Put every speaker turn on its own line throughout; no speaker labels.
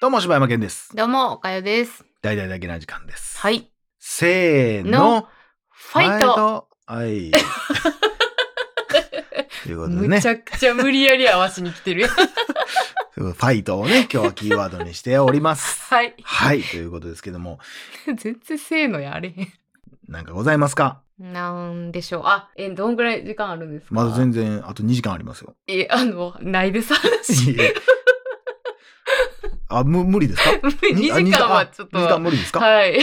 どうも柴山健です
どうも、おかよです。
大々だけな時間です
はいい。
せーの
のファイト。
はい ということで
む
ね
ちゃくちゃ無理やり合わしに来 てるやん。
ファイトをね今日はキーワードにしております
はい。
はいということですけども
全然せーのやあれへ
なんかございますか
ん。なんでしょう。あ、え、どんぐらい時間あるんですか
まだ全然あと2時間ありますよ
え、あの、ないです、
い
話。
えあむ無理ですかにあ
2時間はちょっと。
2時間無理ですか、
はい。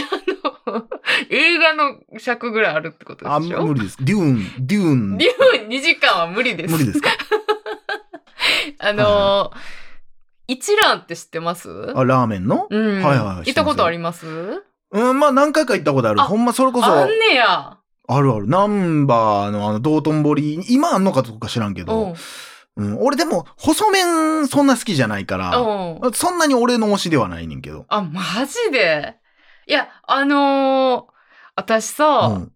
あの、映画の尺ぐらいあるってこと
あ
でしょ
無理ですデューンデューン
リュウ2時間は無理です。
無理ですか
あの、一蘭って知ってます
あラーメンの
うん。
はいはいはい
行
知っ
ってた
ます
ことあります
うんまあ何回か行ったことある
あ
ほんまそれこそ
あんねや。
あるある。ナンバーのあの、道頓堀、今あんのかどうか知らんけ
うん。う
ど、うん、俺でも、細麺そんな好きじゃないから、
ん。
そんなに俺の推しではないねんけど。
あ、マジでいや、あのー私さ、
うん、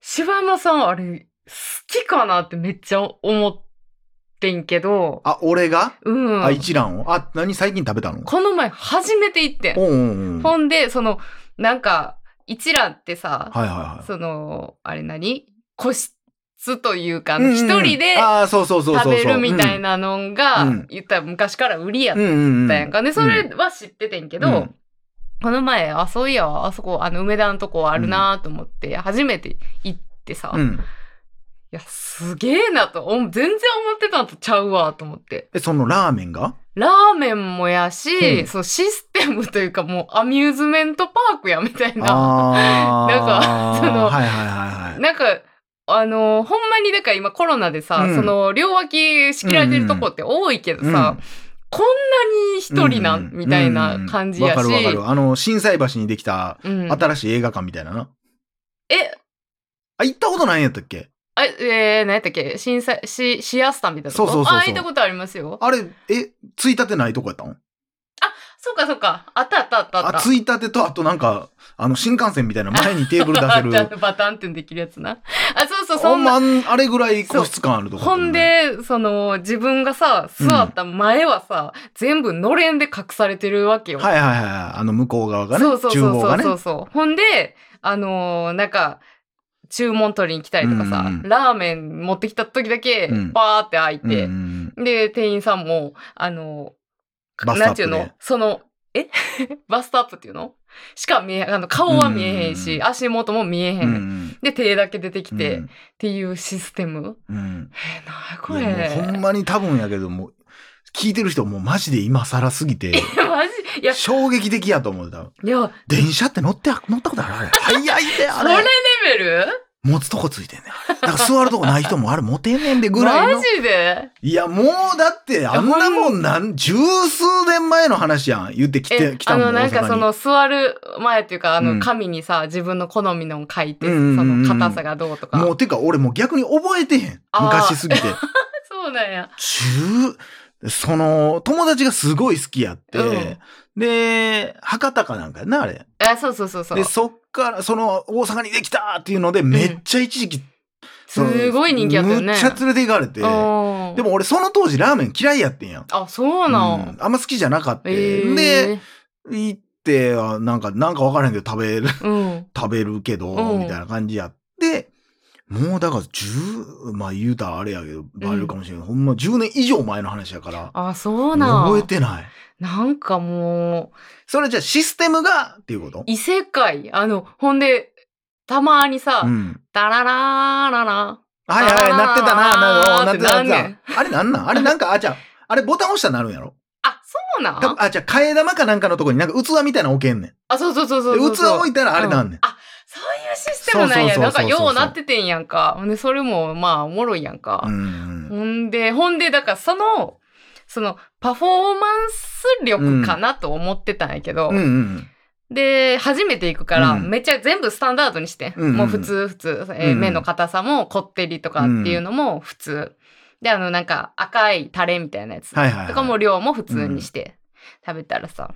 柴山さんあれ、好きかなってめっちゃ思ってんけど、
あ、俺が、
うん。
あ、一蘭を。あ、何最近食べたの
この前初めて行ってん。
おうんうんうん。はい
ほんで、その、なんか、一覧ってさ、
はいはい。
その、あれ何個室というか、あ
うんう
の
ん
一、人で
あーそうそうそうそう
食
そう。
べるみたいなのが、
うん
言ったら昔から売りやっ
うん。うんうんうん。
たやんか。で、そ
うん
れは知っててんけど、
うん
この前、あ、そういや、あそこ、あの、梅田のとこあるなと思って、初めて行ってさ、
う
い
ん。
や、すげえなと、お全然思ってたのとちゃうわと思って。
え、そのラーメンが
ラーメンもやし、
うん
そのシステムというか、もうアミューズメントパークや、みたいな。
あー。
なんかそ
は
の
いはいはいはい。
なんか、あのほんまに、だから今コロナでさ、
うん
その、両脇仕切られてるとこって多いけどさ、こんなに一人なん、
うん
みたいな感じやし。
うんうんわかるわかる。あの、震災橋にできた
うん
新しい映画館みたいなな。
え、
あ、行ったことないんやったっけ
あ、えー、何やったっけ震災、し、シアスタみたいなとこ
そうそうそうそう
あ、行ったことありますよ。
あれ、え、ついたてないとこやったの
そうかそうか。あったあったあったあった。
あ、ついたてと、あとなんか、あの、新幹線みたいな前にテーブル出
あ
せ
ったあっ
る。
たバタンってできるやつな。あ、 そうそう、
ほ
そ
ん
ん
ま、
な。
あんあれぐらい個室感あるとこや
ほ
った
ん
ね、
で、その、自分がさ、座った前はさ、全部のれんで隠されてるわけよ。
はいはいはいはい。あの、向こう側がね。
そうそう
厨
そう
房
そ
が
う
ね
そ。うそう。ほんで、あのーなんか、注文取りに来たりとかさ、
うんうんうん
ラーメン持ってきた時だけ
うん、
バーって開い
うんう
て、
ん。
で、店員さんも、あの、
バストア
な
ッ
ん
プ
て
で
いうのその、え バストアップっていうのしか見え、あの、顔は見えへん
うんうん
し、
う
足元も見えへん。
うんうん。
で、手だけ出てきて、
う
っ
ん
ていうシステム。
うん。
えー、なにこ
いやもうほん
れ。
まに多分やけども、聞いてる人もうマジで今更すぎて、
マ ジいや、い
衝撃的やと思う。多分
や、
電車って乗って、乗ったことあるあれ。早いで、あ
それレ
れ。
ベル
持つとこついてんねんあれ。だから座るとこない人もあれ持てんねんでぐらいの。
マジで
いや、もうだって、あんなもんなん、十数年前の話やん。言ってきて、
え
き、た
あ
もん
の、なん
大阪
か
に
その、座る前っていうか、あ
う
の、
ん
紙にさ、自分の好みのを書いて、
う
そ
んうんうんうん
の、硬さがどうとか。
もう、てか、俺もう逆に覚えてへん。
あー
昔すぎて。
そうなんや。
十、その、友達がすごい好きやって、
うん
で、博多かなんかやな、あれ。
え、そうそうそうそう
で、。そっから、その、大阪にできたっていうので、めっちゃ一時期、その
すごい人気あったよね。
むっちゃ連れて行かれて、
うん
でも俺その当時ラーメン嫌いやってんやん。
あ、そうなん。
うんあんま好きじゃなかった。
えー、
で、、行って、あなんか、なんかわからへんけど食べる、
うん。
食べるけど、
うん
みたいな感じやって、もうだから10、まあ言うたらあれやけど、バレるかもしれない、ほんま10年以上前の話やから、
あ、そうなん。
覚えてない。
なんかも
それじゃあシステムがっていうこと
う、異世界。あの、ほんで、たまにさ、
うん。
ダララーララ。
はいはい、
あー
なってたな、な
っ
って
て
たな、
なん
なってた。あれなんなんあれなんか、あ、じゃあ、あれボタン押したらなるんやろ
あ、そうな
た
ん
あ、じゃあ、替え玉かなんかのとこになんか器みたいなの置けんねん。
あ、そうそうそうそう
で
そう。
器置いたらあれなんねん。
あ、そういうシステムなんや。
そうそうそうそ
なん
う
か、
そう
ようなっててんやんか。ほんで、それも、まあ、おもろいやんか。
うんうん。
ほんで、ほんで、だから、その、その、パフォーマンス力かなと思ってたんやけど、
うんうん。
で、初めて行くから、
うん
めっちゃ全部スタンダードにして、
うんうん
もう普通普通、えー
うん
麺の硬さもこってりとかっていうのも普通。で、あの、なんか赤いタレみたいなやつ
はいはいはい。
とかも量も普通にして食べたらさ、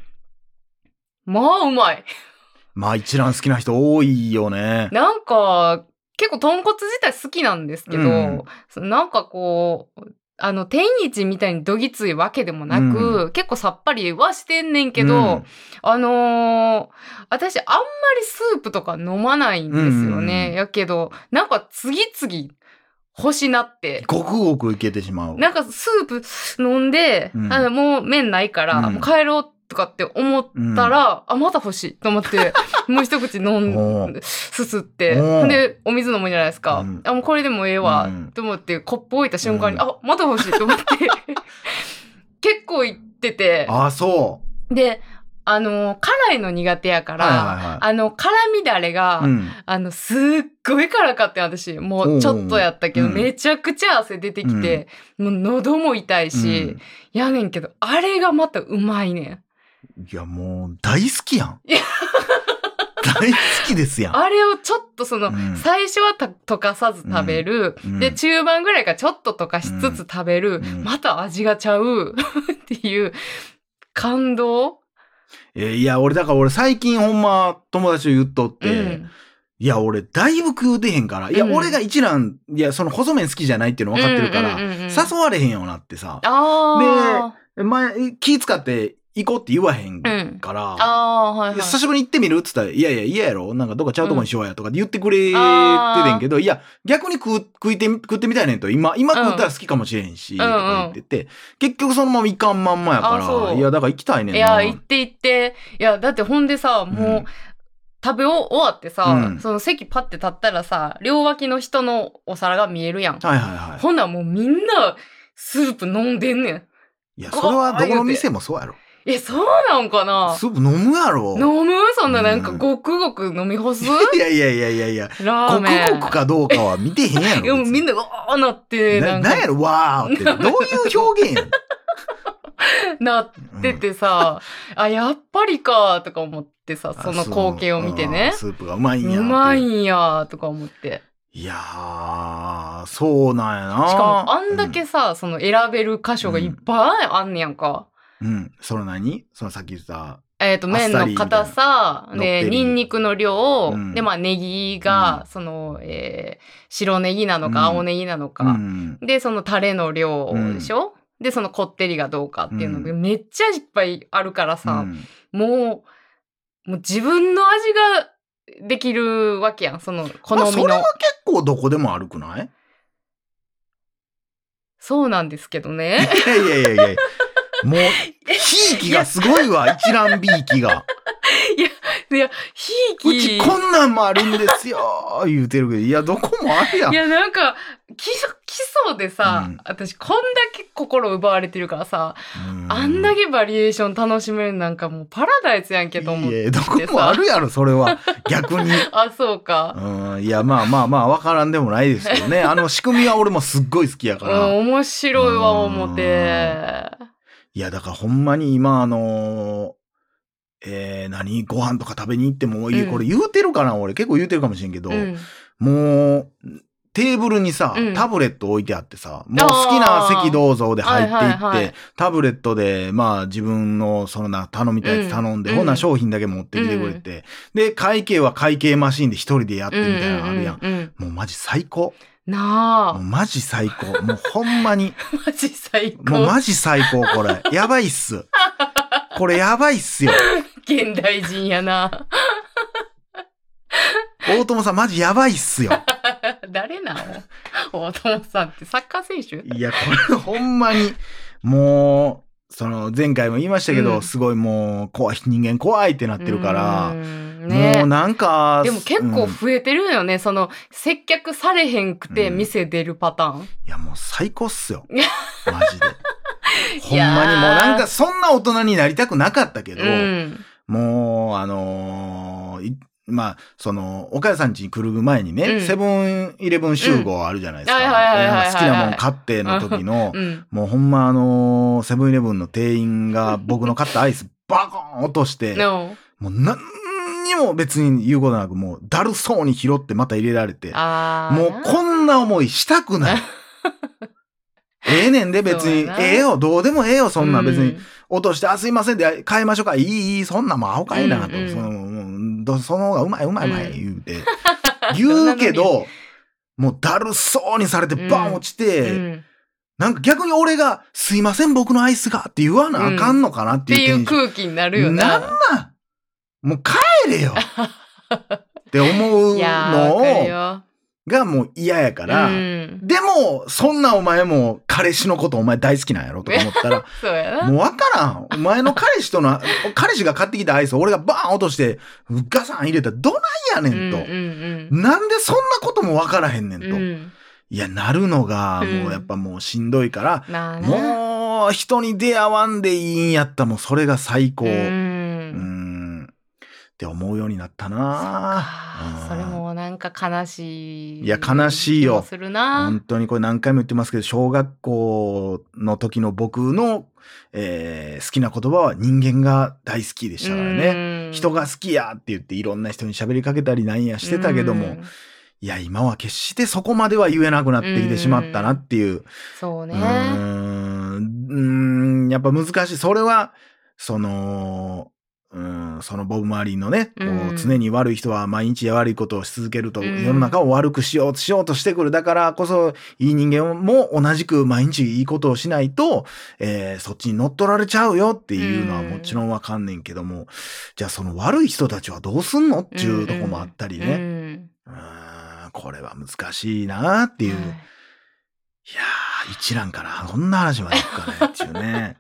まあうまい。
まあ一覧好きな人多いよね。
なんか、結構豚骨自体好きなんですけ
う
ど、
ん
なんかこう、あの、天一みたいにどぎついわけでもなく、結構さっぱりはしてんねんけど、
うん
あのー私あんまりスープとか飲まないんですよね。
うん
やけど、なんか次々欲しなって。
ごくごくいけてしまう。
なんかスープ飲んで、
うん
あのもう麺ないから、
うん
もう帰ろうとかって思ったら、あ、また欲しいと思って、 もう一口飲
お
んで、すすって、
おう
で、お水飲むじゃないですか。
うん
あ、もうこれでもええわ
うん、
と思って、コップ置いた瞬間に、
うん
あ、また欲しい と思って、結構いってて、
ああ、そう。
で、あの、辛いの苦手やから、
はいはいはい
あの、辛みだれが、
うん。
あの、すっごい辛かったよ私。もうちょっとやったけど、
おうおう
めちゃくちゃ汗出てきて、もう喉も痛いし、やねんけど、あれがまたうまいねん。
うんいや、もう、大好きやん。
いや
大好きですやん。
あれをちょっとその、
うん
最初はた溶かさず食べる、
うん
で、中盤ぐらいからちょっと溶かしつつ食べる、
うん
また味がちゃう っていう感動、
えーいや、俺、だから俺最近ほんま友達と言っとって、
うん
いや、俺だいぶ食うてへんから、いや、
うん
俺が一蘭、いや、その細麺好きじゃないっていうの分かってるから、
うんうんうんうん
誘われへんよなってさ、
あ
前、気使って行こうって言わへん
あ、う
か
ん。
ら、
ああー、はいはい。
いや久しぶりに行ってみるっつったら、いやいや、嫌やろなんかどっかちゃうとこにしようやとかって言ってくれててんけど、いや、逆に食う、食いて、食ってみたいねんと、今、今食ったら好きかもしれんし、
ん
とか言ってて、結局そのままいかんまんまや
あそ
から、
う
いや、だから行きたいねん
い
な。
や、行って行って。いや、だってほんでさ、もう、
うん
食べ終わってさ、
うん
その席パッて立ったらさ、両脇の人のお皿が見えるやん。
はいはいはい。
ほんならもうみんな、スープ飲んでんねん。
いや、それはどこの店もそうやろ。
え、そうなんかな
スープ飲むやろ。
飲むそんななんか
うん
ごくごく飲 み干す
いやいやいやいやいや、
ラー
ごく
メン。
ごくかどうかは見てへんやろ。
いや、もうみんなわーなって、な
な、
ん
なんや
か、
ろ、わーって。どういう表現やん。
な っててさ、あ、やっぱりか、とか思ってさ、その光景を見てね
あ。そううんスープがうまいんや。
うまい。んや、とか思って。
いやー、そうなんやな。
しかも、あんだけさ、その選べる箇所がいっぱいあんねやんか。
うん。うん。その何そのさっき言った。
えっ、と、麺の硬さ、
あっさりみたいなのって
で、
る
ニンニクの量、
うん
で、まあ、ネギが、
うん
その、えー白ネギなのか、
うん
青ネギなの
う
か、
ん。
で、そのタレの量でしょ、で、そのこってりがどうかっていうのが
う
めっちゃいっぱいあるからさ
う、ん
もう、もう自分の味ができるわけやん、その好
まあそ
み
れ
の。
は結構どこでも悪くない
そうなんですけどね。
いやいやいやいや。もう、 ひいきがすごいわ、一覧びいきが。
ひ いうき。
ちこんなんもあるんですよー、言うてるけど、いや、どこもあるやん
い。やなんか基礎基礎でさ、
うん
私こんだけ心奪われてるからさ、
うん
あんだけバリエーション楽しめるなんかもうパラダイスやんけと思っ
い
て
や、どこもあるやろ、それは。逆に。
あそうか、
うん、いや、まあまあまあ、わからんでもないですけどね。あの仕組みは俺もすっごい好きや
う
か
ん、
ら。
面白いわ思って
いや、だからほんまに今、あのーえー、何ご飯とか食べに行っても、いい
うん
これ言うてるかな俺結構言うてるかもしれんけど、
うん
もう、テーブルにさ、
うん
タブレット置いてあってさ、もう好きな席どうぞで入っていって、
あーはいはいはい
タブレットで、まあ自分のそのな、頼みたいやつ頼んで、
うん
ほんなら商品だけ持ってきてくれて、で、会計は会計マシンで一人でやってみたいなのあるやん。
うんうんうんうん
もうマジ最高。も
な
うマジ最高。もうほんまに。
あマジ最高
もうマジ最高、これ。やばいっす。これやばいっすよ。
現代人やな
大友さん、マジやばいっすよ。
誰なの大友さんってサッカー選手
いや、これほんまに、もう、その、前回も言いましたけど、
うん
すごいもう、怖い、人間怖いってなってるから、
うんね
もうなんか、
でも結構
うんい
増えてるよね、その接客されへんくて
うん
店出るパターン、
や、もう最高っす よ。
いや
マジで。ほん
いやー
まにもうなんか、そんな大人になりたくなかったけど、
うん
もう、あのーいまあ、その、岡谷さん家に来る前にね、
うん
セブンイレブン集合あるじゃないですか。
うんはいはいはいはいはい
なんか好きなもん買っての時の、
うん
もうほんまあのーセブンイレブンの店員が僕の買ったアイスバコーン落として、
の
もう何にも別に言うことなく、もうだるそうに拾ってまた入れられて、
あー
もうこんな思いしたくない。ええねんで別
そう
に
や、な
ええよ、どうでもええよ、そんなん別に。
うん
落として、あ、すいませんで、買いましょうか。いい、いい、そんなんもうアホかえな、と。
うんうん
その、もうどその方がうまい、うまい、うまい、
うん
言うて。 言うけど、もうだるそうにされて、バン落ちて、
うん
なんか逆に俺が、すいません、僕のアイスがって言わなあかんのかなって
て
いう
い
テンショ
う
ン。
空気になる
な
よ
ん
な。
なんもう帰れ よって思う
いやー、わかる
の
よ。
がもう嫌やから、
うん。
でも、そんなお前も彼氏のことお前大好きなんやろとか思ったら、
そうやな。
もうわからん。お前の彼氏との、彼氏が買ってきたアイスを俺がバーン落として、ガサン入れたらどないやねんと。
うんうん
なんでそんなこともわからへんねん
う
と。
ん。うん。
いや、なるのが、
うん
もうやっぱもうしんどいから、
なあな。
もう人に出会わんでいいんやったもうそれが最高。
う
うん
ん。
ん。って思うようになった
あ
な
ーそれ。もなんか悲しい。
いや悲しいよ
気もするな。
本当にこれ何回も言ってますけど、小学校の時の僕の、えー好きな言葉は人間が大好きでしたからね。
ね
人が好きやって言っていろんな人に喋りかけたりなんやしてたけども、
うん
いや、今は決してそこまでは言えなくなってきてしまったなっていう。
そうね
うーんうーん、やっぱ難しい。それは、その、うん、そのボブ・マーリーのね、こう
うん
常に悪い人は毎日悪いことをし続けると、
うん
世の中を悪くしようとしようとしてくる。だからこそ、いい人間も同じく毎日いいことをしないと、えーそっちに乗っ取られちゃうよっていうのは
うん
もちろんわかんねんけども、じゃあその悪い人たちはどうすんのっていうとこもあったり
う
ね。
ん
うーん、これは難しいなっていう。
はい
いやー、一覧から、こんな話までいくかねっていう ね。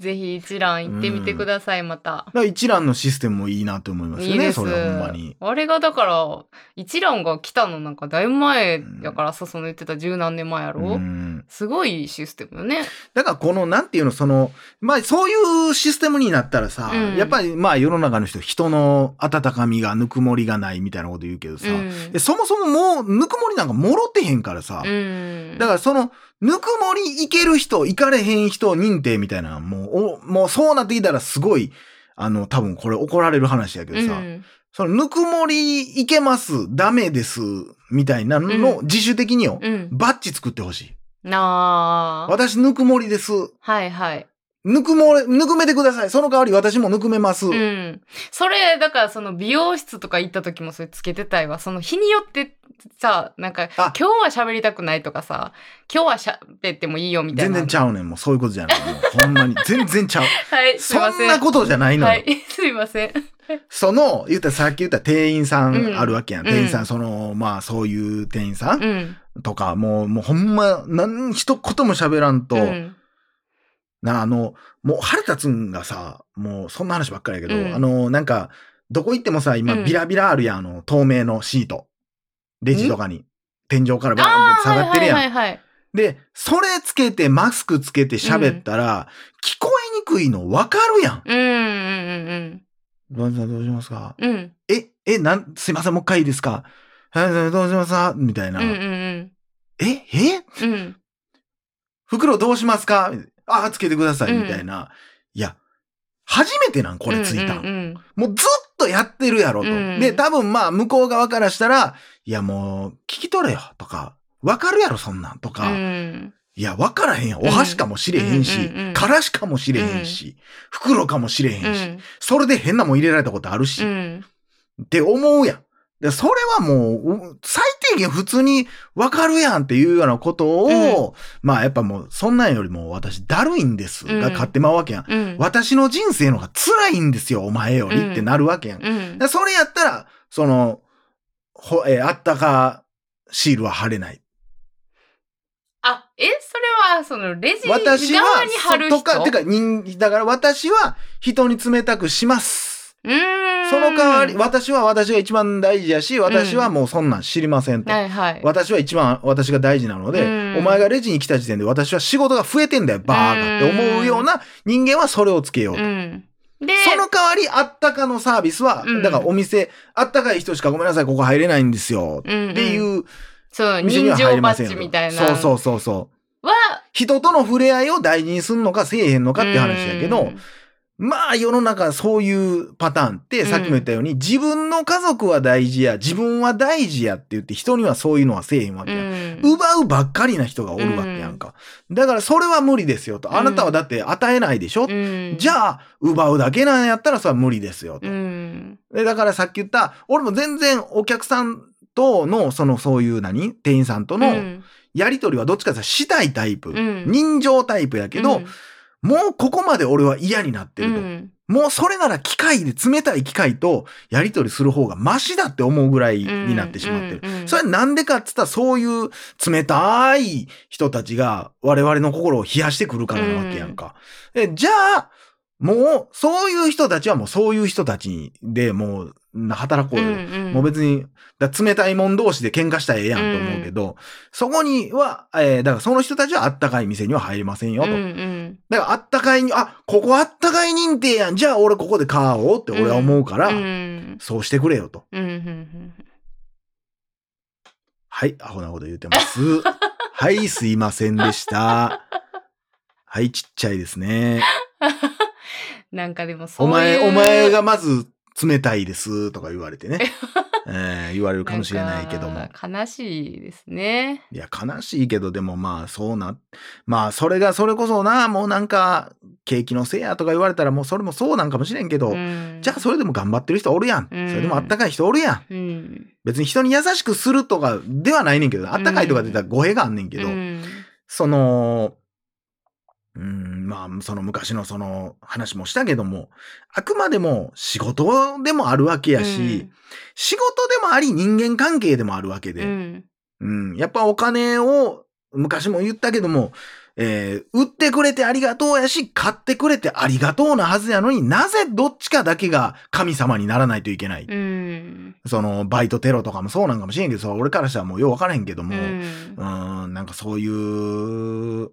ぜひ一覧行ってみてください、また
だ。から一覧のシステムもいいなと思いますよね、
いいです
それほんまに。
あれがだから一蘭が来たのなんかだいぶ前やからさその言ってた十何年前やろ、
うん、
すごいシステムよね。
だからこの、なんていうの、その、まあそういうシステムになったらさ、
うん
やっぱりまあ世の中の人、人の温かみが、ぬくもりがないみたいなこと言うけどさ、
うん
でそもそももうぬくもりなんかもろってへんからさ、
うん、
だからその、ぬくもりいける人、いかれへん人認定みたいな、もう、おもうそうなってきたらすごい、あの、多分これ怒られる話やけどさ、
うん
その、ぬくもりいけます、ダメです、みたいなのを自主的によ、
うん、
バッジ作ってほしい。
なあ
私、ぬくもりです。
はいはい、
ぬくもれ、ぬくめてください。その代わり私もぬくめます。
うん、それだからその美容室とか行った時もそれつけてたいわその日によってさなんか
あ
今日は喋りたくないとかさ今日はしゃべってもいいよみたい
全
な
然ちゃうねん。もうそういうことじゃない。もうほんま に。全然ちゃう。
はいすい
そ
ませ
ん
ん
なことじゃないのよ。
はい すいません
その、言ったらさっき言った店員さ
うん
んあるわけやん。
うん
店員さん、その、まあそういう店員さん
うん
とか、もう、もうほんま、なん、一言も喋らんと、
うん
な、あの、もう腹立つんがさ、もうそんな話ばっかりやけど、
うん
あの、なんか、どこ行ってもさ、今
うん
ビラビラあるやん、あの、透明のシート。レジとかに。天井からバーン
あ
って
あ
下がってるやん。
はいはいはいはい
で、それつけて、マスクつけて喋ったら、聞こえにくいのわかるやん。
うんうんうん
どうしどうしますか
うんうん
え、え、なん、すいません、もう一回いいですかはいどうしますかみたいな。
うんうん
え、え
うんうん
袋どうしますかあ、つけてください、
うん
みたいな。いや、初めてなん、これついたん。
うんうん
もうずっとやってるやろと。
うん
で、多分まあ、向こう側からしたら、いやもう、聞き取れよ、とか、わかるやろ、そんなん、と
う
か。
ん
いや、わからへんやん。お箸かもしれへんし、
うんうんうん
からしかもしれへんし、袋かもしれへ
うん
し、
ん
それで変なもん入れられたことあるし、
う
っ
ん
て思うやん。で、それはもう、う最低限普通にわかるやんっていうようなことを、まあやっぱもう、そんなんよりも私だるいんですが
うん
買ってまうわけやん。
うん
私の人生の方が辛いんですよ、お前よりってなるわけやん。
うん
でそれやったら、その、ほ、えーあったかシールは貼れない。
あえそれはそのレジ側に
私は、
貼る
そ
人
とか、てか、人、だから私は人に冷たくします。
うーん
その代わり、私は私が一番大事やし、私はもうそんなん知りませんと。
はいはい
私は一番私が大事なので、
うん
お前がレジに来た時点で私は仕事が増えてんだよ、バーカって思うような人間はそれをつけようと。
うんで
その代わり、あったかのサービスは、
うん
だからお店、あったかい人しかごめんなさい、ここ入れないんですよ。っ
って
いう
そう
店に
人
は入れ
情
ま
バ
せん
ッ
よ
ジみたいな
そうそううそうそう。
は
人との触れ合いを大事にすんのかせえへんのかって話やけど、まあ世の中そういうパターンってさっきも言ったように、自分の家族は大事や、自分は大事やって言って人にはそういうのはせえへんわ
う
けや。
ん
奪うばっかりな人がおるわけやんか。だからそれは無理ですよと。
うん
あなたはだって与えないでしょ、
うん
じゃあ、奪うだけなんやったらそれは無理ですよと。
うん
で、だからさっき言った、俺も全然お客さんとの、その、そういう何店員さんと
う
の
ん
やりとりはどっちかというとしたいタイプ、
ん
人情タイプやけど、もうここまで俺は嫌になって
う
る
ん
と。もうそれなら機械で、冷たい機械とやり取りする方がマシだって思うぐらい
うん
になってしまってる。
うんうん
それはなんでかっつったらそういう冷たい人たちが我々の心を冷やしてくるからなわけやんか。でじゃあ、もうそういう人たちはもうそういう人たちでもう働こうよ。
うんうん
もう別に、だから冷たいもん同士で喧嘩したらええやんと思うけど、そこには、えーだからその人たちはあったかい店には入りませんよと。
うんうん
だからあったかいに、あ、ここあったかい認定やん。じゃあ俺ここで買おうって俺は思うから、
うん
そうしてくれよと。
うんうんうん
はい、アホなこと言うて ます。はい、すいませんでした。はい、ちっちゃいですね。
なんかでもそう
お
いう
前、お前がまず冷たいですとか言われて ね。えー言われるかもしれないけども
ん。か悲しいですね。
いや、悲しいけど、でもまあ、そうな、まあ、それが、それこそな、もうなんか、景気のせいやとか言われたら、もうそれもそうなんかもしれんけど、
うん
じゃあ、それでも頑張ってる人おるやん。
うん
それでもあったかい人おるやん。
うん。
別に人に優しくするとかではないねんけど、あったかいとか出たら語弊があんねんけ
け
ど、
うん
その、うん、まあ、その昔のその話もしたけども、あくまでも仕事でもあるわけやし、仕事でもあり人間関係でもあるわけ
うん
で、うん、やっぱお金を昔も言ったけども、えー売ってくれてありがとうやし、買ってくれてありがとうなはずやのになぜどっちかだけが神様にならないといけない
うん。うん
その、バイトテロとかもそうなんかもしれんけど、それ俺からしたらもうようわからへんけども、
う
うん、
ん
ーん、なんかそういう、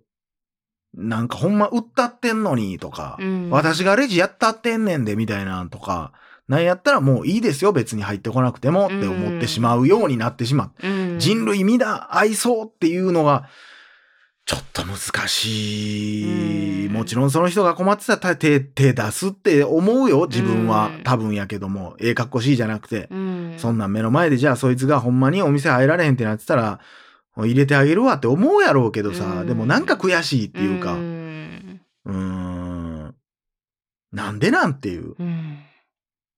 なんかほんまったってんのにとか、
うん
私がレジやったってんねんでみたいなんとか、なんやったらもういいですよ、別に入ってこなくてもって思ってしまうようになってしまう。
うん
人類皆愛そうっていうのが、ちょっと難しい。
うん
もちろんその人が困ってたら手、手出すって思うよ、自分は
う。ん
多分やけども、ええかっこしいじゃなくて。
うん
そんなん目の前でじゃあそいつがほんまにお店入られへんってなってたら、入れてあげるわって思うやろうけどさ、
うん
でもなんか悔しいっていうか、
う
うんーん、なんでなんていう。
うん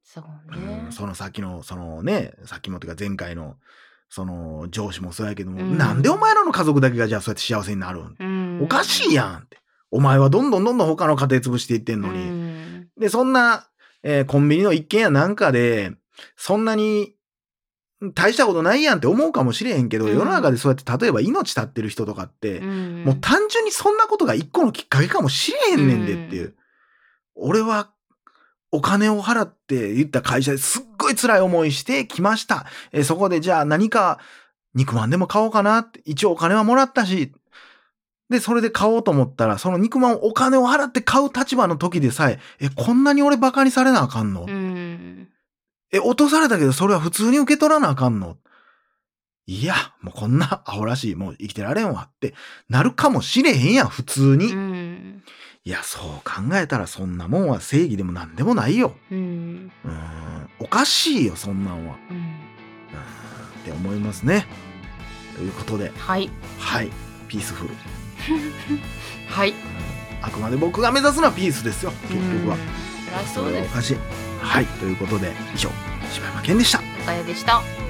そうね
うん、その先の、そのね、さっきもというか前回の、その上司もそうやけども、
うん
なんでお前らの家族だけがじゃあそうやって幸せになるんおかしいやんって。お前はどんどんどんどん他の家庭潰していってんのに。
に
で、そんな、えーコンビニの一軒やなんかで、そんなに、大したことないやんって思うかもしれへんけど、
うん
世の中でそうやって、例えば命絶ってる人とかって、もう単純にそんなことが一個のきっかけかもしれへんねんでっていう。
う俺
俺はお金を払って言った会社ですっごい辛い思いしてきました。えーそこでじゃあ何か肉まんでも買おうかなって。一応お金はもらったし。で、それで買おうと思ったら、その肉まんをお金を払って買う立場の時でさえ、え、こんなに俺バカにされなあかんの、
うん
え、落とされたけどそれは普通に受け取らなあかんのいや、もうこんなアホらしい、もう生きてられんわってなるかもしれへんやん、普通に。
うん
いや、そう考えたらそんなもんは正義でも何でもないよ。
うん
うーん、おかしいよ、そんなんは。
うん
うーんって思いますね。ということで、
はい
はい、ピースフル。
はい
あくまで僕が目指すのはピースですよ、結局は
うん。そりゃそ
それ
う
は
で
お
す
かしい。はい、ということで、以上、柴山健でした。
おかよでした